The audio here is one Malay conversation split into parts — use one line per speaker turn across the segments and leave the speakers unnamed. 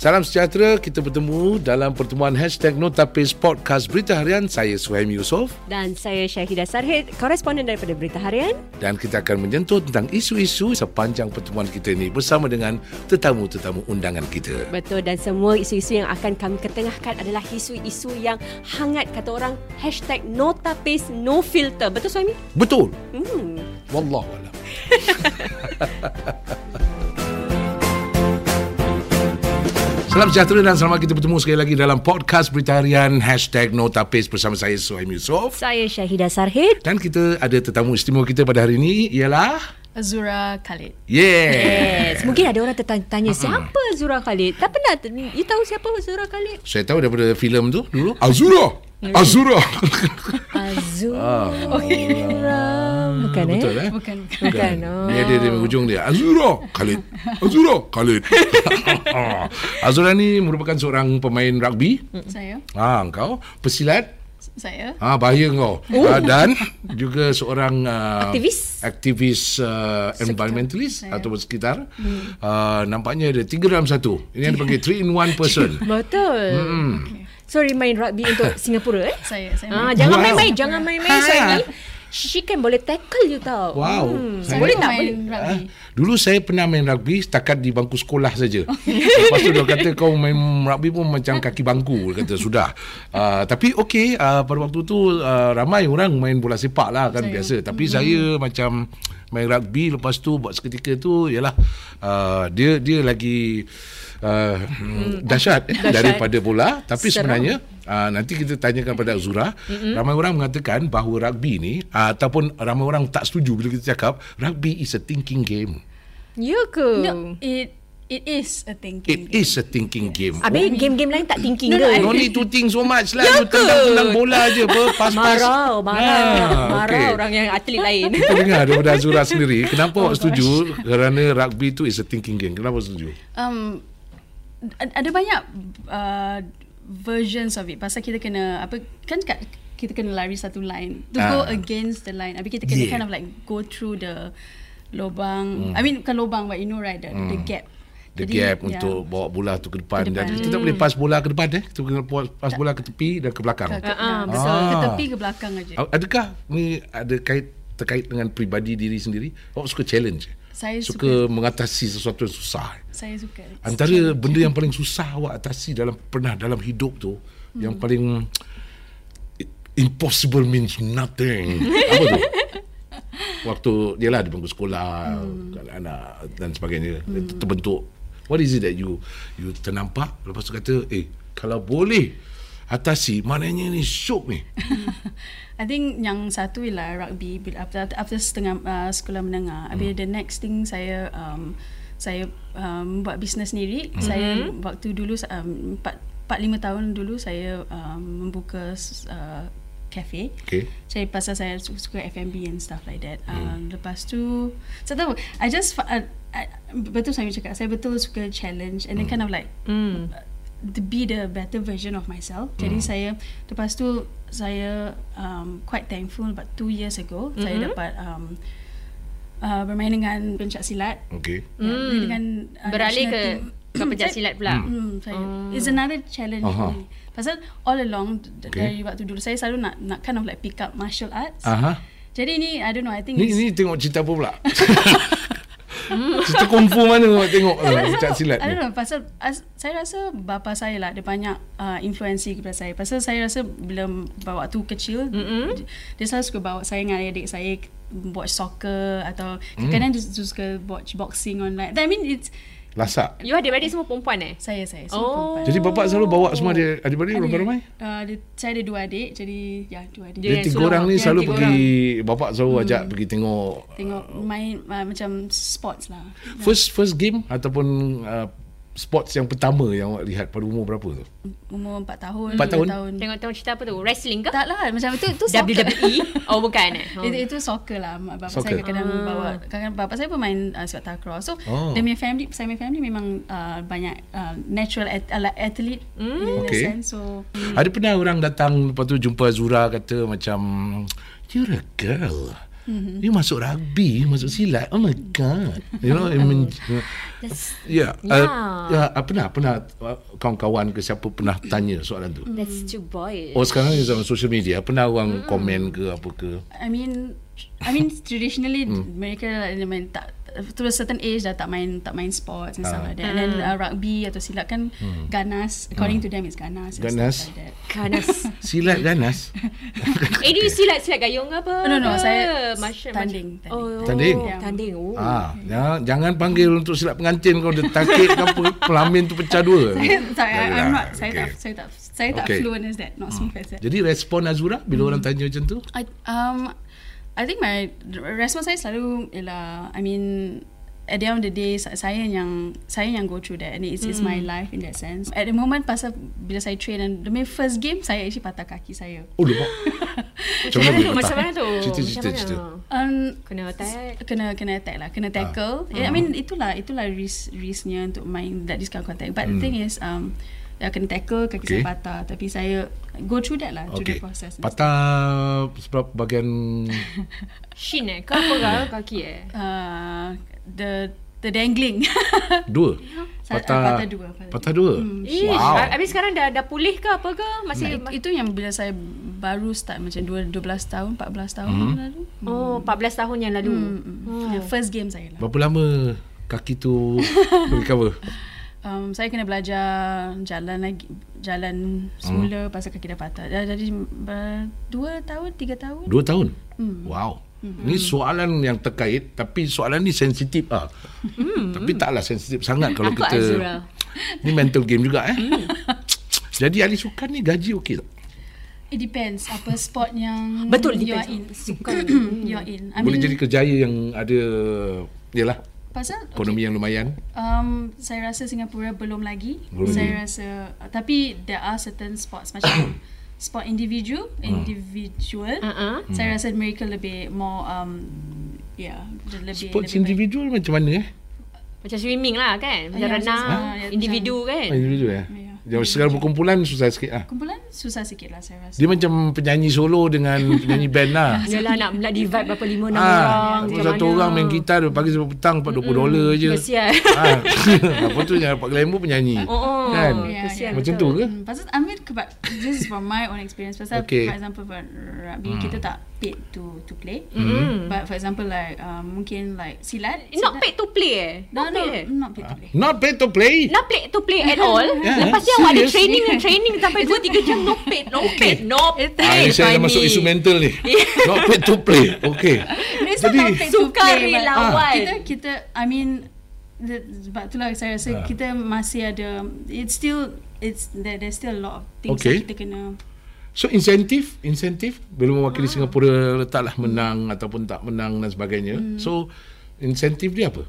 Salam sejahtera, kita bertemu dalam pertemuan Hashtag Notapis Podcast Berita Harian. Saya Suhaimi Yusof
Dan saya Syahidah Sarhid, koresponden daripada Berita Harian.
dan kita akan menyentuh tentang isu-isu sepanjang pertemuan kita ini bersama dengan tetamu-tetamu undangan kita.
Betul dan semua isu-isu yang akan kami ketengahkan adalah isu-isu yang hangat kata orang hashtag no tapis no filter. Betul suami?
Betul.
Hmm.
Wallahualam. Salam sejahtera dan selamat kita bertemu sekali lagi dalam podcast Berita Harian Hashtag Notapis bersama saya Suhaimi Yusof.
Saya Syahidah Sarhid.
Dan kita ada tetamu istimewa kita pada hari ini ialah...
Azura Khalid.
Yeah.
Yes. Mungkin ada orang tertanya siapa Zura Khalid? Tak pernah. t- You tahu siapa Zura Khalid?
Saya tahu daripada filem tu dulu. Azura.
Hmm.
Azura.
Ah. Azura. Bukan eh?
Betul eh?
Bukan, bukan.
Bukan. Oh.
Ni ada di hujung dia. Azura Khalid. Azura Khalid. Azura ni merupakan seorang pemain rugby.
Hmm.
Saya.
Ah, engkau pesilat.
Saya.
Ah, bahaya kau. Ah, dan juga seorang uh,
Oh. Aktivis. Ya.
aktivis uh, environmentalist atau sekitar. Hmm. Uh, nampaknya ada tiga dalam satu. Ini yang dipanggil three in one person.
Betul. Hmm. Sorry main rugby untuk Singapura eh?
Saya. Saya.
Ah,
main-
jangan
Wow.
main-main, jangan main-main
Ha.
suami. She can boleh tackle you tau.
Wow.
saya
Saya-
Boleh tak?
main rugby.
Dulu saya pernah main rugby setakat di bangku sekolah saja. Lepas tu dia kata kau main rugby pun macam kaki bangku. Dia kata sudah. Uh, tapi okey uh, pada waktu tu uh, ramai orang main bola sepak lah kan saya. biasa. Tapi hmm. saya macam main rugby lepas tu buat seketika tu ialah uh, dia dia lagi uh, hmm, dahsyat, eh, daripada bola tapi
Seram.
sebenarnya Uh, nanti kita tanyakan pada Azura mm-hmm. ramai orang mengatakan bahawa rugby ni uh, ataupun ramai orang tak setuju bila kita cakap rugby is a thinking game
Ya ke?
No, it it is a thinking.
It is a thinking game.
Habis game-game lain tak thinking ke?
No need to think so much lah.
Ya
You tendang-tendang bola je. Apa? Pas-pas.
Marah, marah.
Ah,
marah
okey.
orang yang atlet lain.
Kita dengar daripada Azura sendiri. Kenapa
Oh
awak setuju? Kerana rugby tu is a thinking game. Kenapa setuju?
Um, ad- ada banyak uh, versions of it. Pasal kita kena apa? Kan kat, kita kena lari satu line to go
Ah.
against the line. Habis kita kena
Yeah. Hmm.
kind of like go through the lobang. I mean bukan lobang, but you know right the, the gap.
The
Jadi, ya,
gap
yeah.
untuk bawa bola tu ke depan.
Ke depan.
Dan kita tak boleh pas bola ke depan eh. Kita kena pas bola ke tepi dan ke belakang.
Ke, ke,
Ah, ah,
betul. Ke
ah.
tepi ke belakang aja.
Adakah ni ada kait terkait dengan peribadi diri sendiri? Awak suka challenge? eh?
Saya
Suka mengatasi sesuatu yang susah? eh?
Saya suka.
Antara benda yang paling susah awak atasi dalam pernah dalam hidup tu hmm. yang paling impossible means nothing. Apa tu? Waktu dia lah di bangku sekolah, hmm. anak dan sebagainya hmm. terbentuk. What is it that you you ternampak lepas tu kata, "Eh, kalau boleh atasi maknanya ni syok ni."
Hmm. I think yang satu ialah rugby bila after after setengah uh, sekolah menengah. Habis the next thing saya um, saya um, buat bisnes sendiri. Mm-hmm. Saya waktu dulu um, 4 4 5 tahun dulu saya um, membuka uh, cafe.
Okay.
Saya pasal saya su- suka F&B and stuff like that.
Hmm.
Um, lepas tu saya tahu I just fa- uh, I, betul saya cakap saya betul suka challenge and then kind of like uh,
Hmm.
to be the better version of myself. Jadi
Hmm.
saya lepas tu saya um, quite thankful about two years ago mm-hmm. saya dapat um, uh, bermain dengan pencak silat
Okay.
mm. dengan
Hmm.
uh,
Beralih
national
ke Oh.
team.
ke pencak silat pula.
Hmm, saya mm. it's another challenge
Aha.
for me. Pasal all along d-
Okay.
dari waktu dulu saya selalu nak nak kind of like pick up martial arts.
Aha.
Jadi ni I don't know I think
Ni
it's-
ni tengok cerita apa pula? cerita kungfu mana awak tengok
I don't
cak
know.
Oh, silat
I
ni?
don't know pasal as, saya rasa bapa saya lah dia banyak uh, influensi kepada saya. Pasal saya rasa bila bawa tu kecil mm-hmm. dia selalu suka bawa saya dengan adik saya k- watch soccer atau mm. kadang dia su- suka watch boxing online. I mean it's
Lasak.
You adik-beradik semua perempuan eh?
saya saya
Oh.
semua perempuan.
Jadi bapak selalu bawa semua dia adik-beradik
Adik-
ramai-ramai.
Uh, dia, saya ada dua adik jadi ya dua adik.
Dia
Dia
yang
tiga
sulung.
orang ni
Dia
selalu
tiga Hmm.
pergi bapak selalu ajak pergi tengok
Tengok main uh, macam sports lah.
first first game ataupun uh, sports yang pertama yang awak lihat pada umur berapa tu?
Umur 4 tahun,
Empat tahun?
tiga tahun.
Tengok-tengok cerita apa tu? Wrestling ke?
Tak lah macam tu tu soccer.
WWE? Oh bukan eh?
Itu, itu soccer lah Mak Bapak
Soccer.
soccer. saya kadang-kadang ah. bawa kadang Bapak saya pun main uh, sepak takraw So
Oh.
oh. Dia punya family Saya punya family memang uh, Banyak uh, Natural at, uh, athlete In
Okay.
a sense So
Ada pernah orang datang lepas tu jumpa Azura kata macam you're a girl. mm-hmm. you masuk rugby masuk silat oh my god you know I mean, uh,
That's
yeah,
Yeah.
yeah. Uh, uh, pernah pernah uh, kawan-kawan ke siapa pernah tanya soalan tu
that's too boy.
oh sekarang ni zaman social media pernah orang mm. komen ke apa ke
I mean I mean traditionally mereka like, dia main tak to a certain age dah tak main tak main sports and stuff like that. And then uh, rugby atau silat kan ganas according to them it's ganas. and stuff
Ganas.
Like that.
Ganas.
silat kan, ganas
eh, dia silat silat gayung ke apa?
No, no, no,
ke?
saya
Martial-
tanding,
martial- Oh,
Tanding?
Tanding. Oh.
Ah, jangan, jangan panggil untuk silap pengantin kau dia takik ke apa pelamin tu pecah dua.
Sorry, I, I'm not. Saya
Okay.
tak saya tak saya tak
Okay.
fluent as that. Not smooth as that.
Jadi respon Azura bila
Mm.
orang tanya macam tu?
I um I think my response saya selalu ialah I mean at the end of the day sa- saya yang saya yang go through that and it's, it's my life in that sense. At the moment pasal bila saya train and the main first game saya actually patah kaki saya.
Oh, lupa. Macam mana boleh
Macam
patah?
mana tu?
Cerita, cerita,
Macam mana?
cerita.
Um,
Kena attack.
kena kena attack lah kena tackle uh. I mean itulah itulah risk risknya untuk main that this kind of contact but mm. the thing is um ya kena tackle kaki okay.
Okay.
saya patah tapi saya go through that lah through
Okey.
the process
Patah sebab bahagian
Shin eh? Kau apa kau kaki eh?
uh, the the dangling
dua.
Sa-
Patah,
ah,
patah dua, patah
Patah dua.
Hmm. Ish,
Wow.
wow. habis sekarang dah dah pulih ke apa ke? Masih
It- itu yang bila saya baru start macam dua- 12 tahun 14 tahun
Mhm.
lalu
Oh, 14 tahun yang lalu.
hmm. yeah, first game saya lah
Berapa lama kaki tu recover?
um, saya kena belajar jalan lagi jalan semula
Mhm.
pasal kaki dah patah dah jadi ber- dua tahun tiga tahun
Dua tahun?
Hmm.
Wow. Ni soalan yang terkait tapi soalan ni sensitif ah. Tapi taklah sensitif sangat kalau
Nampak
kita
Hmm. Azura. Hmm.
Ni mental game juga eh. Jadi ahli sukan ni gaji okey tak?
It depends apa sport yang
Betul,
you are in.
depends. Sukan.
you are in. I
Boleh
mean,
jadi kerjaya yang ada yalah
pasal
ekonomi yang lumayan.
um, saya rasa Singapura belum lagi.
Belum lagi.
saya rasa tapi there are certain sports macam sport individual,
Hmm.
individual.
Uh-uh.
Saya rasa mereka lebih more um yeah, lebih
Sports
lebih baik.
individual macam mana eh?
Macam swimming lah kan? Macam
Ya,
renang,
macam- ah, ya,
individu kan?
Individual eh.
Ya.
Jauh sekarang perkumpulan susah sikit ah.
Kumpulan susah sikit lah saya rasa.
Dia macam penyanyi solo dengan penyanyi band lah.
Yalah nak nak divide berapa lima enam
Ah,
orang macam
satu
mana. Hmm,
orang main gitar dari pagi sampai petang dapat 20 dolar je.
Kesian.
Ah, apa tu yang dapat glamour penyanyi.
Oh, oh.
Kan?
Ya,
Kesian.
ya.
Macam tu
betul.
ke?
Hmm, pasal I mean keba- this is from my own experience pasal
Okay.
okay. for example for rugby hmm. kita tak paid to to play
Mm.
Hmm.
but for example like um, mungkin like silat
Not
silat-
paid to play eh?
no
Not
no
paid eh?
not paid to play
Not paid to play.
Not paid to play at all.
Yeah,
Lepas dia awak ada
serious?
training dan training sampai 2-3 jam no paid, no paid, no paid.
Ah, ni saya dah masuk isu mental ni. Not paid to play. Okay.
It's
Ah.
not
Jadi- Ah.
not paid to play, but
Sukarelawan.
kita kita I mean the, sebab itulah
Ah.
saya rasa kita masih ada it's still it's there, there's still a lot of things
Okay.
okay. kita kena
So insentif, insentif bila mewakili
Ah.
Singapura letaklah menang ataupun tak menang dan sebagainya.
Hmm.
So insentif dia apa?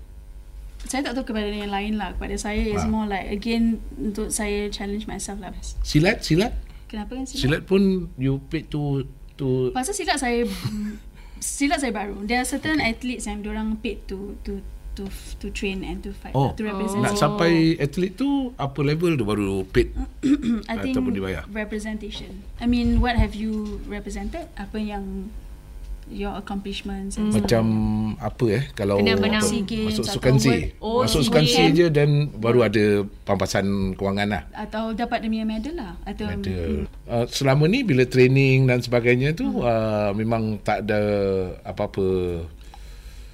saya tak tahu kepada yang lain lah kepada saya is
Ah.
more like again untuk saya challenge myself lah
Silat, silat.
kenapa kan silat?
Silat pun you paid to to
Pasal silat saya silat saya baru. There are certain okay. athletes yang orang paid to to to to train and to fight
Oh.
to represent.
nak sampai atlet tu apa level tu baru paid.
Hmm, I think
ataupun dibayar.
representation. I mean, what have you represented? Apa yang your accomplishments and stuff.
Macam apa eh kalau
Kena
apa,
menang
SEA Games
masuk
atau
sukan C.
World-
Oh,
masuk
SEA
sukan C
Games.
je dan baru ada pampasan kewangan lah.
atau dapat demi medal lah atau
Mm.
Ada. Uh, selama ni bila training dan sebagainya tu
Mm.
uh, memang tak ada apa-apa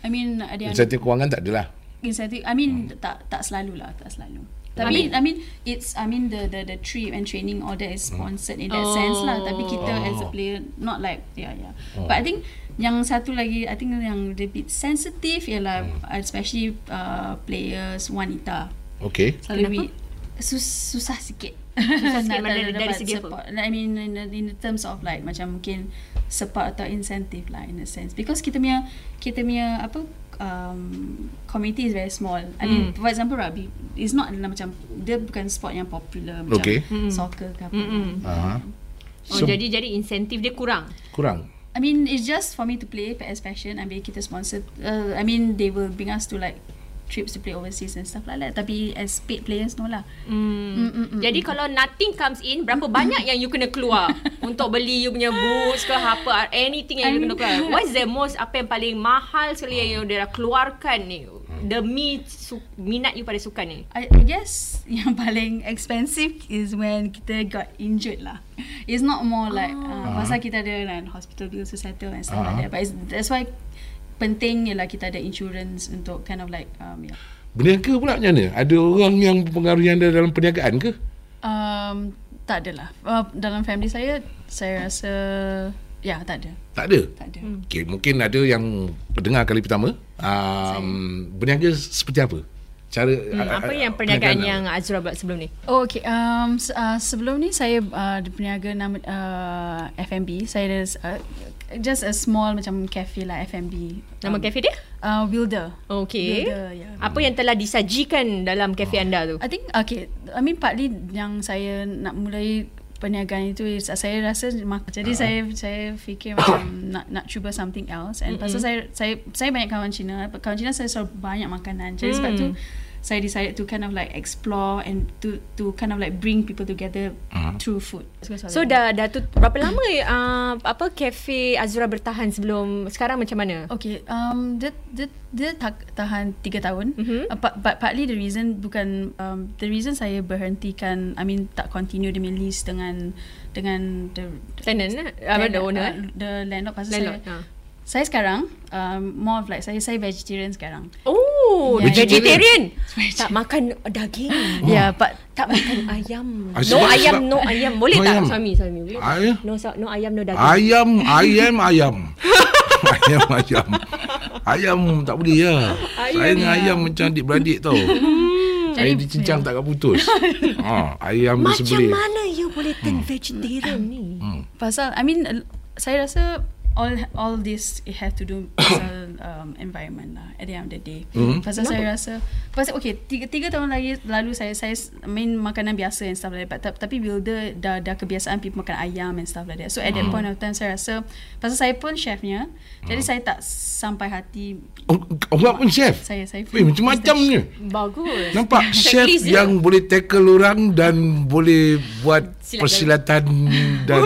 I mean
Ya.
ada ada
insentif kewangan tak adalah.
incentive. I mean tak tak selalu lah, tak selalu. Tapi I mean it's I mean the the the trip and training all that is sponsored in that
Oh.
sense lah. Tapi kita as a player not like yeah yeah. But I think yang satu lagi I think yang a bit sensitive ialah especially uh, players wanita.
Okay.
Selalu we, sus, susah sikit.
Susah sikit
Nak-
mana-
nak
dari
dapat
segi apa?
support. I mean in, in the terms of like macam mungkin support atau incentive lah in a sense because kita punya kita punya apa um, community is very small. I mean
Hmm.
for example rugby is not adalah macam dia bukan sport yang popular macam
Okay.
Hmm.
soccer ke apa.
Aha.
Oh,
So-
jadi jadi insentif dia kurang.
Kurang.
I mean it's just for me to play as passion. I mean kita sponsor uh, I mean they will bring us to like trips to play overseas and stuff like that. Tapi as paid players, no lah.
Mm. Jadi kalau nothing comes in, berapa banyak yang you kena keluar untuk beli you punya boots ke apa, anything Oh. yang you kena keluar. What's the most apa yang paling mahal sekali yang you dah keluarkan ni demi su- minat you pada sukan ni?
I, I guess yang paling expensive is when kita got injured lah. It's not more like uh, pasal kita ada like, hospital bills to settle and stuff
Ah.
like that. But it's, that's why penting ialah kita ada insurance untuk kind of like um, yeah.
Berniaga pula macam mana? Ada orang yang pengaruh yang ada dalam perniagaan ke?
Um, tak adalah. Uh, dalam family saya, saya rasa ya yeah, tak ada.
Tak ada.
Tak ada.
Hmm.
Okay, mungkin ada yang pendengar kali pertama. Um, berniaga seperti apa? Cara
Hmm, apa yang perniagaan yang Azra buat sebelum ni?
Oh, okay. Um, se- uh, sebelum ni saya uh, ada peniaga nama uh, F&B. Saya ada uh, just a small macam cafe lah F&B.
Nama
Um,
kafe dia?
Uh, Wilder.
Okey.
Wilder, yeah.
Apa yang telah disajikan dalam kafe anda tu?
I think okay. I mean partly yang saya nak mulai perniagaan itu is uh, saya rasa mak- jadi uh-huh. saya saya fikir macam nak nak cuba something else and mm-hmm. pasal saya saya saya banyak kawan Cina kawan Cina saya selalu banyak makanan jadi mm. sebab tu saya decided to kind of like explore and to to kind of like bring people together uh-huh. through food
So dah dah tu berapa lama uh, apa kafe Azra bertahan sebelum sekarang macam mana?
Okay, um, dia dia dia tak, tahan tiga tahun.
Mhm.
Mm-hmm. Uh, but, but partly the reason bukan um, the reason saya berhentikan, I mean tak continue the lease dengan dengan the
Tenant lah. Apa the owner eh?
uh, the landlord pasal
Landlord.
saya.
Ha.
Saya sekarang um, more of like saya saya vegetarian sekarang.
Oh,
Yeah,
vegetarian. Tak makan daging.
Oh. Yeah, but
Tak makan ayam.
Ah,
no
sebab-
ayam,
sebab-
no ayam.
No
Boleh tak
ayam.
suami suami? Boleh tak?
Ayam.
No, so, no ayam, no daging.
Ayam, ayam, ayam. ayam, ayam. Ayam tak boleh ya. Saya dengan ayam macam adik-beradik tau.
Hmm.
Saya dicincang tak putus. ha, ayam dia
Macam
sebelah.
mana you boleh
Hmm.
turn vegetarian ni?
pasal I mean uh, saya rasa all all this it have to do pasal um, environment lah at the end of the day.
Mhm.
Pasal saya rasa pasal okay tiga, tiga tahun lagi lalu saya saya s- main makanan biasa and stuff like that But, tapi builder dah dah kebiasaan people makan ayam and stuff like that. So at
Mm-hmm.
that point of time saya rasa pasal saya pun chefnya jadi saya tak sampai hati
Oh, Awak pun chef? Eh,
saya saya
Weh, macam-macam ni.
Bagus.
Nampak chef
Checklist dia.
yang boleh tackle orang dan boleh buat
Silakan.
persilatan dan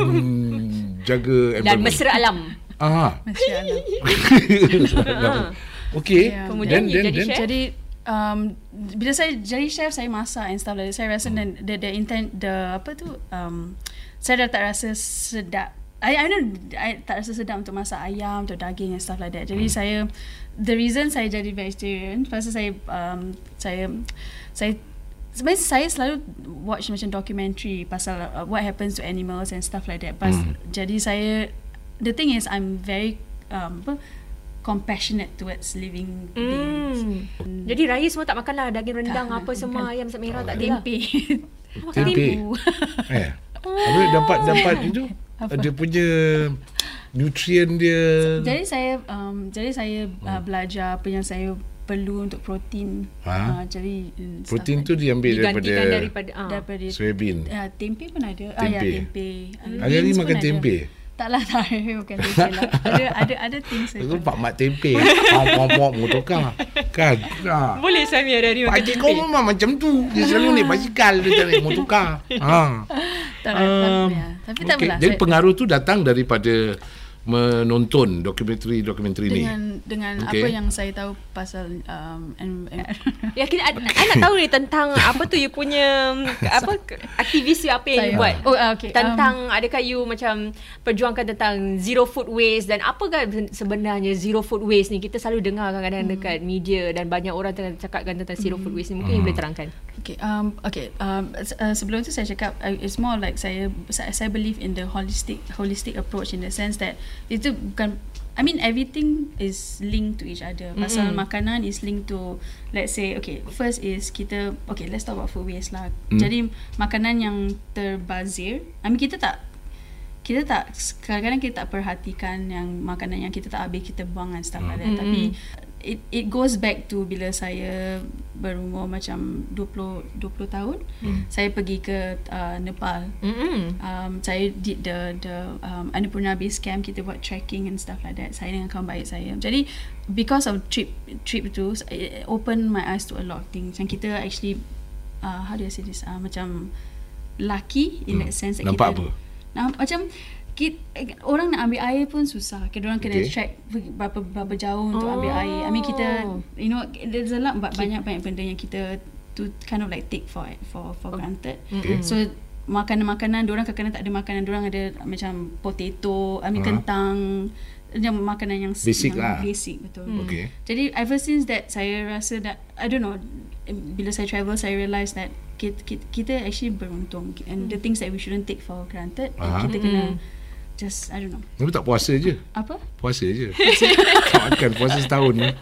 jaga
Dan
environment.
mesra alam.
Ah.
Masya Allah.
Okey.
Ya,
Yeah.
Kemudian you jadi chef?
Jadi um, bila saya jadi chef saya masak and stuff like that. Saya rasa
Hmm.
dan the, the intent the apa tu um, saya dah tak rasa sedap. I I know I tak rasa sedap untuk masak ayam atau daging and stuff like that.
Hmm.
Jadi saya the reason saya jadi vegetarian pasal saya um, saya saya Sebenarnya saya selalu watch macam documentary pasal uh, what happens to animals and stuff like that. Pas,
Hmm.
Jadi saya the thing is I'm very um, apa, compassionate towards living beings.
Hmm. Jadi raya semua tak makanlah daging rendang
Tak,
apa semua ayam sat
Oh,
merah
ya.
tak ada lah.
Tempe.
Tempe. Eh. Habis dapat dapat itu
Apa?
dia punya nutrien dia.
jadi saya um, jadi saya
Hmm.
uh, belajar apa yang saya perlu untuk protein.
Ha?
Uh, jadi mm, stuff
Protein
like
tu diambil daripada,
Digantikan daripada
that.
ah.
daripada
soybean.
uh, tempe pun ada. Ah ya
Tempe.
tempe. Uh,
Hari-hari
beans
makan
pun
tempe.
Ada. Taklah tak bukan tempe lah. Ada ada ada things.
Aku pak mak tempe. eh. Pom-pom motokar. Kan. Ah.
Boleh suami hari-hari makan
Pakcik kau
tempe.
memang macam tu. Dia selalu naik
Hmm.
basikal. Dia tak naik motokar. Ha.
Tak lah, tak
Um,
ya. Tapi tak
okey.
apalah.
Jadi
saya-
pengaruh tu datang daripada menonton dokumentari-dokumentari ni.
dengan dengan
Okey.
apa yang saya tahu pasal um, and, and
Ya, kita, I, I nak tahu ni tentang apa tu you punya apa aktivis you apa yang you
Saya.
buat.
Oh, ah, okay.
Tentang adakah you macam perjuangkan tentang zero food waste dan apakah sebenarnya zero food waste ni kita selalu dengar kadang-kadang
Hmm.
dekat media dan banyak orang tengah cakapkan tentang zero food waste ni. Mungkin
Hmm.
you boleh terangkan.
Okay, um, okay. Um, s- uh, sebelum tu saya cakap, uh, it's more like saya, saya saya believe in the holistic holistic approach in the sense that itu bukan. I mean everything is linked to each other. Pasal makanan is linked to, let's say, okay, first is kita, okay, let's talk about food waste lah. Jadi makanan yang terbazir, I mean kita tak kita tak kadang-kadang kita tak perhatikan yang makanan yang kita tak habis kita buang dan stuff like that. kan, Tapi it it goes back to bila saya berumur macam 20 20 tahun mm. saya pergi ke uh, Nepal
Mm-mm.
Mm-hmm.
um, saya did the the um, Annapurna base camp kita buat trekking and stuff like that saya dengan kawan baik saya jadi because of trip trip tu it open my eyes to a lot of things macam kita actually uh, how do I say this uh, macam lucky in that sense
Hmm.
that
Nampak
kita,
apa?
Namp- macam kita, orang nak ambil air pun susah. Kita orang
Okay.
kena okay. check pergi berapa berapa jauh untuk oh. ambil
Oh.
air. I mean kita you know there's a lot ba- banyak banyak benda yang kita to kind of like take for for for granted.
Okay.
So makanan-makanan orang kadang-kadang tak ada makanan orang ada macam potato, I mean
Ah.
kentang yang makanan yang
Basic
yang
lah.
Basic betul.
Hmm. Okay.
Jadi ever since that saya rasa that I don't know bila saya travel saya realise that kita, kita, kita actually beruntung and the things that we shouldn't take for granted
Mm. Aha.
uh-huh. kita kena just I don't know
Tapi tak puasa je.
apa
Puasa je. tak makan puasa setahun ni. Eh,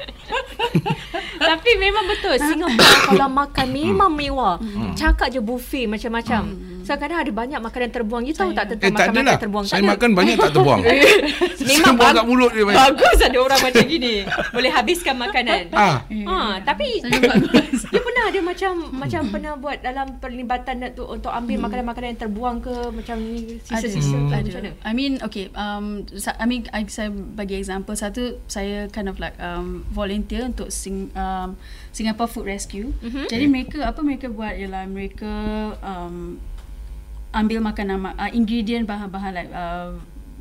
Tapi memang betul Singapura kalau makan
Hmm.
memang mewah. Cakap je buffet macam-macam.
Hmm.
So kadang ada banyak makanan terbuang. You tahu tak
Eh
tentang
tak
makanan
adalah.
terbuang?
Saya
ada.
makan banyak tak terbuang.
Eh, Memang
buang
bag-
kat mulut dia banyak.
Bagus ada orang macam gini. Boleh habiskan makanan.
Ah.
Ha, tapi
Saya bagus.
dia pernah ada macam macam pernah buat dalam perlibatan tu untuk ambil makanan-makanan yang terbuang ke macam ni sisa-sisa ke
Hmm. ada.
macam mana?
kan I mean okay um sa- I mean I, saya bagi example satu saya kind of like um volunteer untuk Sing, um Singapore Food Rescue. Mm-hmm. Jadi mereka apa mereka buat ialah mereka um ambil makanan ma- uh, ingredient bahan-bahan like uh,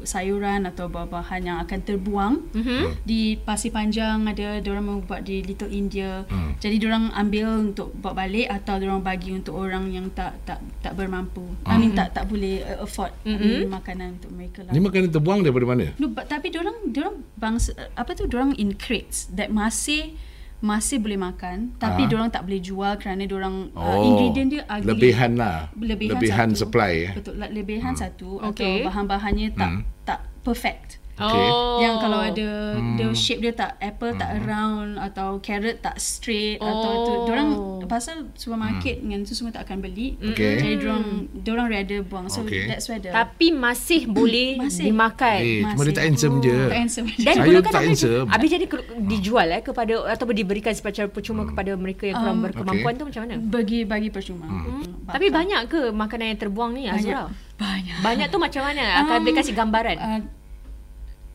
sayuran atau bahan-bahan yang akan terbuang
Ya.
mm-hmm. di Pasir Panjang ada orang buat di Little India
Hmm.
mm. jadi orang ambil untuk bawa balik atau orang bagi untuk orang yang tak tak tak bermampu mm. I mean tak tak boleh uh, afford mm-hmm. makanan untuk mereka lah
Hmm. Ni makanan terbuang daripada mana?
No, but, tapi orang orang bangsa apa tu orang in crates that masih masih boleh makan
Ah.
tapi uh-huh. orang tak boleh jual kerana orang oh. uh, ingredient dia ugly.
Lebihan lah.
lebihan,
lebihan
satu,
supply. Eh.
Betul, le- lebihan hmm. satu atau
Okay.
bahan-bahannya tak hmm. tak perfect.
Okay.
Oh.
Yang kalau ada hmm. dia shape dia tak apple tak
Hmm.
round atau carrot tak straight oh. atau tu orang pasal supermarket hmm. dengan tu semua tak akan beli.
Okay.
Jadi orang orang rather buang. So
Okay.
okay. that's where the
Tapi masih boleh
Hmm. Masih.
dimakan.
Eh, cuma
Masih. Oh,
dia tak handsome je.
tak handsome.
Saya
Dan dulu
pun
kan
tak
habis-
handsome.
Habis jadi ke- dijual eh kepada atau diberikan secara percuma
Hmm.
kepada mereka
Ah.
yang kurang berkemampuan
okay.
tu macam mana?
bagi bagi percuma. Hmm.
Tapi banyak ke makanan yang terbuang ni Azura?
banyak. Ah.
Banyak tu macam mana? Akan boleh kasih gambaran.
Uh,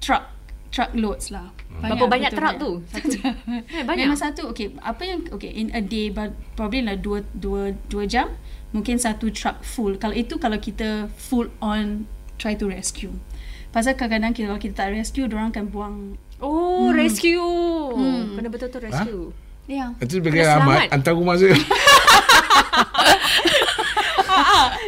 truck truck loads lah.
Hmm.
Berapa banyak
betul
truck tu? Satu. Eh, banyak.
Memang satu okay apa yang okay in a day but probably lah dua dua dua jam mungkin satu truck full. Kalau itu kalau kita full on try to rescue. Pasal kadang-kadang kalau kita tak rescue, orang akan buang.
Oh, rescue. Kena betul-betul
Ha?
rescue.
Ya.
Itu sebagai
Kena
amat
selamat.
hantar rumah saya.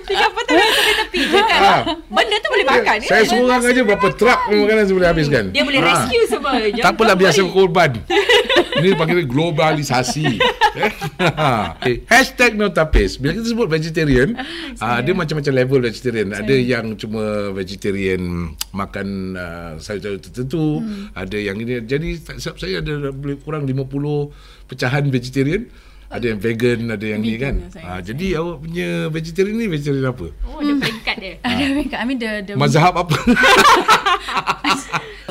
Tiga apa tu tepi-tepi je kan?
Ah.
Benda tu boleh makan. eh?
saya seorang aja berapa truk makanan saya boleh habiskan.
Dia boleh
Ah.
rescue semua.
Tak
Jangan
apalah
kau
biasa
worry.
korban. Ini panggil globalisasi. Eh? Eh, Hashtag no tapis. Bila kita sebut vegetarian, ah, dia macam-macam level vegetarian. Ada yang cuma vegetarian makan ah, sayur-sayur tertentu.
Hmm.
Ada yang ini. Jadi tak- siap saya ada lebih kurang 50 pecahan vegetarian. Ada yang vegan, ada yang ni
Vegan
kan.
lah saya.
Ah, jadi awak punya vegetarian ni vegetarian apa?
Oh, dia peringkat dia.
Ada mereka. I mean the the
Mazhab apa?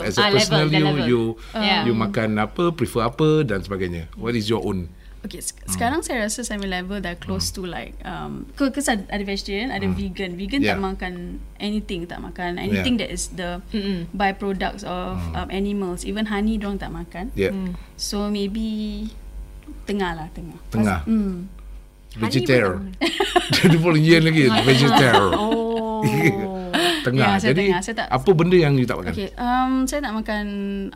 As a
Ah, level,
personal
dah
you
level.
you
Yeah.
you makan apa, prefer apa dan sebagainya. What is your own?
Okay, se- sekarang saya rasa saya punya level dah close
Hmm.
to like um because ada, ada vegetarian, ada vegan. Vegan
Yeah.
tak makan anything, tak makan anything that is the byproducts of um, animals. Even honey dong tak makan.
Hmm. Yeah.
So maybe tengah lah tengah.
Tengah.
Pas- Hmm.
Vegetarian. Dia pun year lagi vegetarian.
Oh.
Tengah.
Yeah, Ya, saya
Jadi
tengah. Saya tak-
apa benda yang you tak makan?
Okay, um, saya tak makan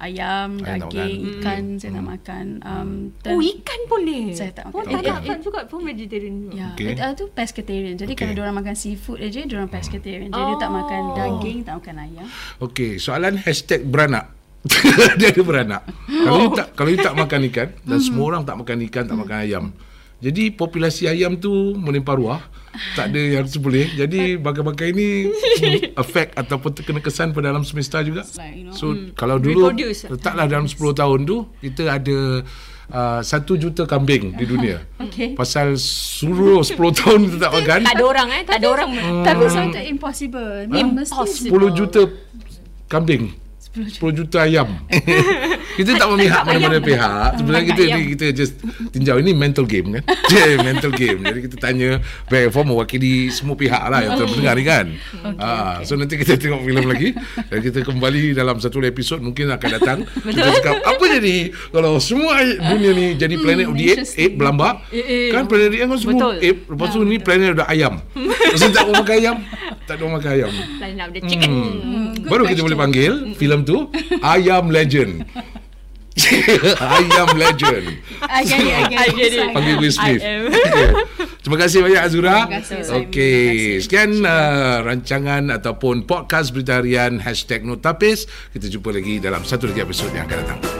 ayam,
Kan? Ayam tak
daging,
makan. Hmm.
ikan. Saya tak makan. Um, dan-
Oh, ikan boleh.
Saya tak
Oh,
makan
tak
ikan.
makan juga pun vegetarian. juga.
Ya,
Okay.
okay. itu, itu pescatarian. Jadi
Okay. Hmm.
okay. kalau orang makan seafood aja, orang pescatarian. Jadi oh. tak makan daging, tak makan ayam.
Hmm.
Okey, soalan hashtag beranak. dia ada beranak. Kalau you tak kalau you tak makan ikan dan semua orang tak makan ikan, tak makan ayam. Jadi populasi ayam tu melimpah ruah. Tak ada yang boleh. Jadi bagai-bagai ni efek ataupun terkena kesan pada alam semesta juga.
Like, you know,
So kalau dulu
Reproduce.
letaklah dalam 10 tahun tu kita ada uh, 1 juta kambing di dunia.
Okay.
Pasal suruh 10 tahun kita tak makan.
Tak ada orang eh. Tak ada orang.
Hmm.
Tapi um, something impossible. Memang mesti
Impossible.
10 juta kambing. 10 juta ayam. kita tak memihak mana-mana pihak. Sebenarnya
Angkat
kita ni
ayam.
kita just tinjau ini mental game kan. Yeah, mental game. Jadi kita tanya back and forth mewakili semua pihak lah yang telah mendengar ni kan. Okay, okay. So nanti kita tengok filem lagi dan kita kembali dalam satu episod mungkin akan datang. kita cakap apa jadi kalau semua dunia ni jadi planet of the apes,
interesting.
ape berlambak.
Eh, eh.
Kan planet dia kan semua
Betul.
ape. Lepas tu ni planet ada ayam. Lepas tu tak mau makan ayam. Tak ada orang makan ayam.
Line up dia chicken.
Hmm. Baru kita boleh panggil filem tu Ayam Legend. Ayam Legend.
I get it, I get it.
I get it.
ya, Sorry.
Panggil Will Smith.
I am.
Okay. Terima kasih banyak Azura.
Terima kasih, Simon.
Okey, sekian uh, rancangan ataupun podcast berita harian #notapis. Kita jumpa lagi dalam satu lagi episod yang akan datang.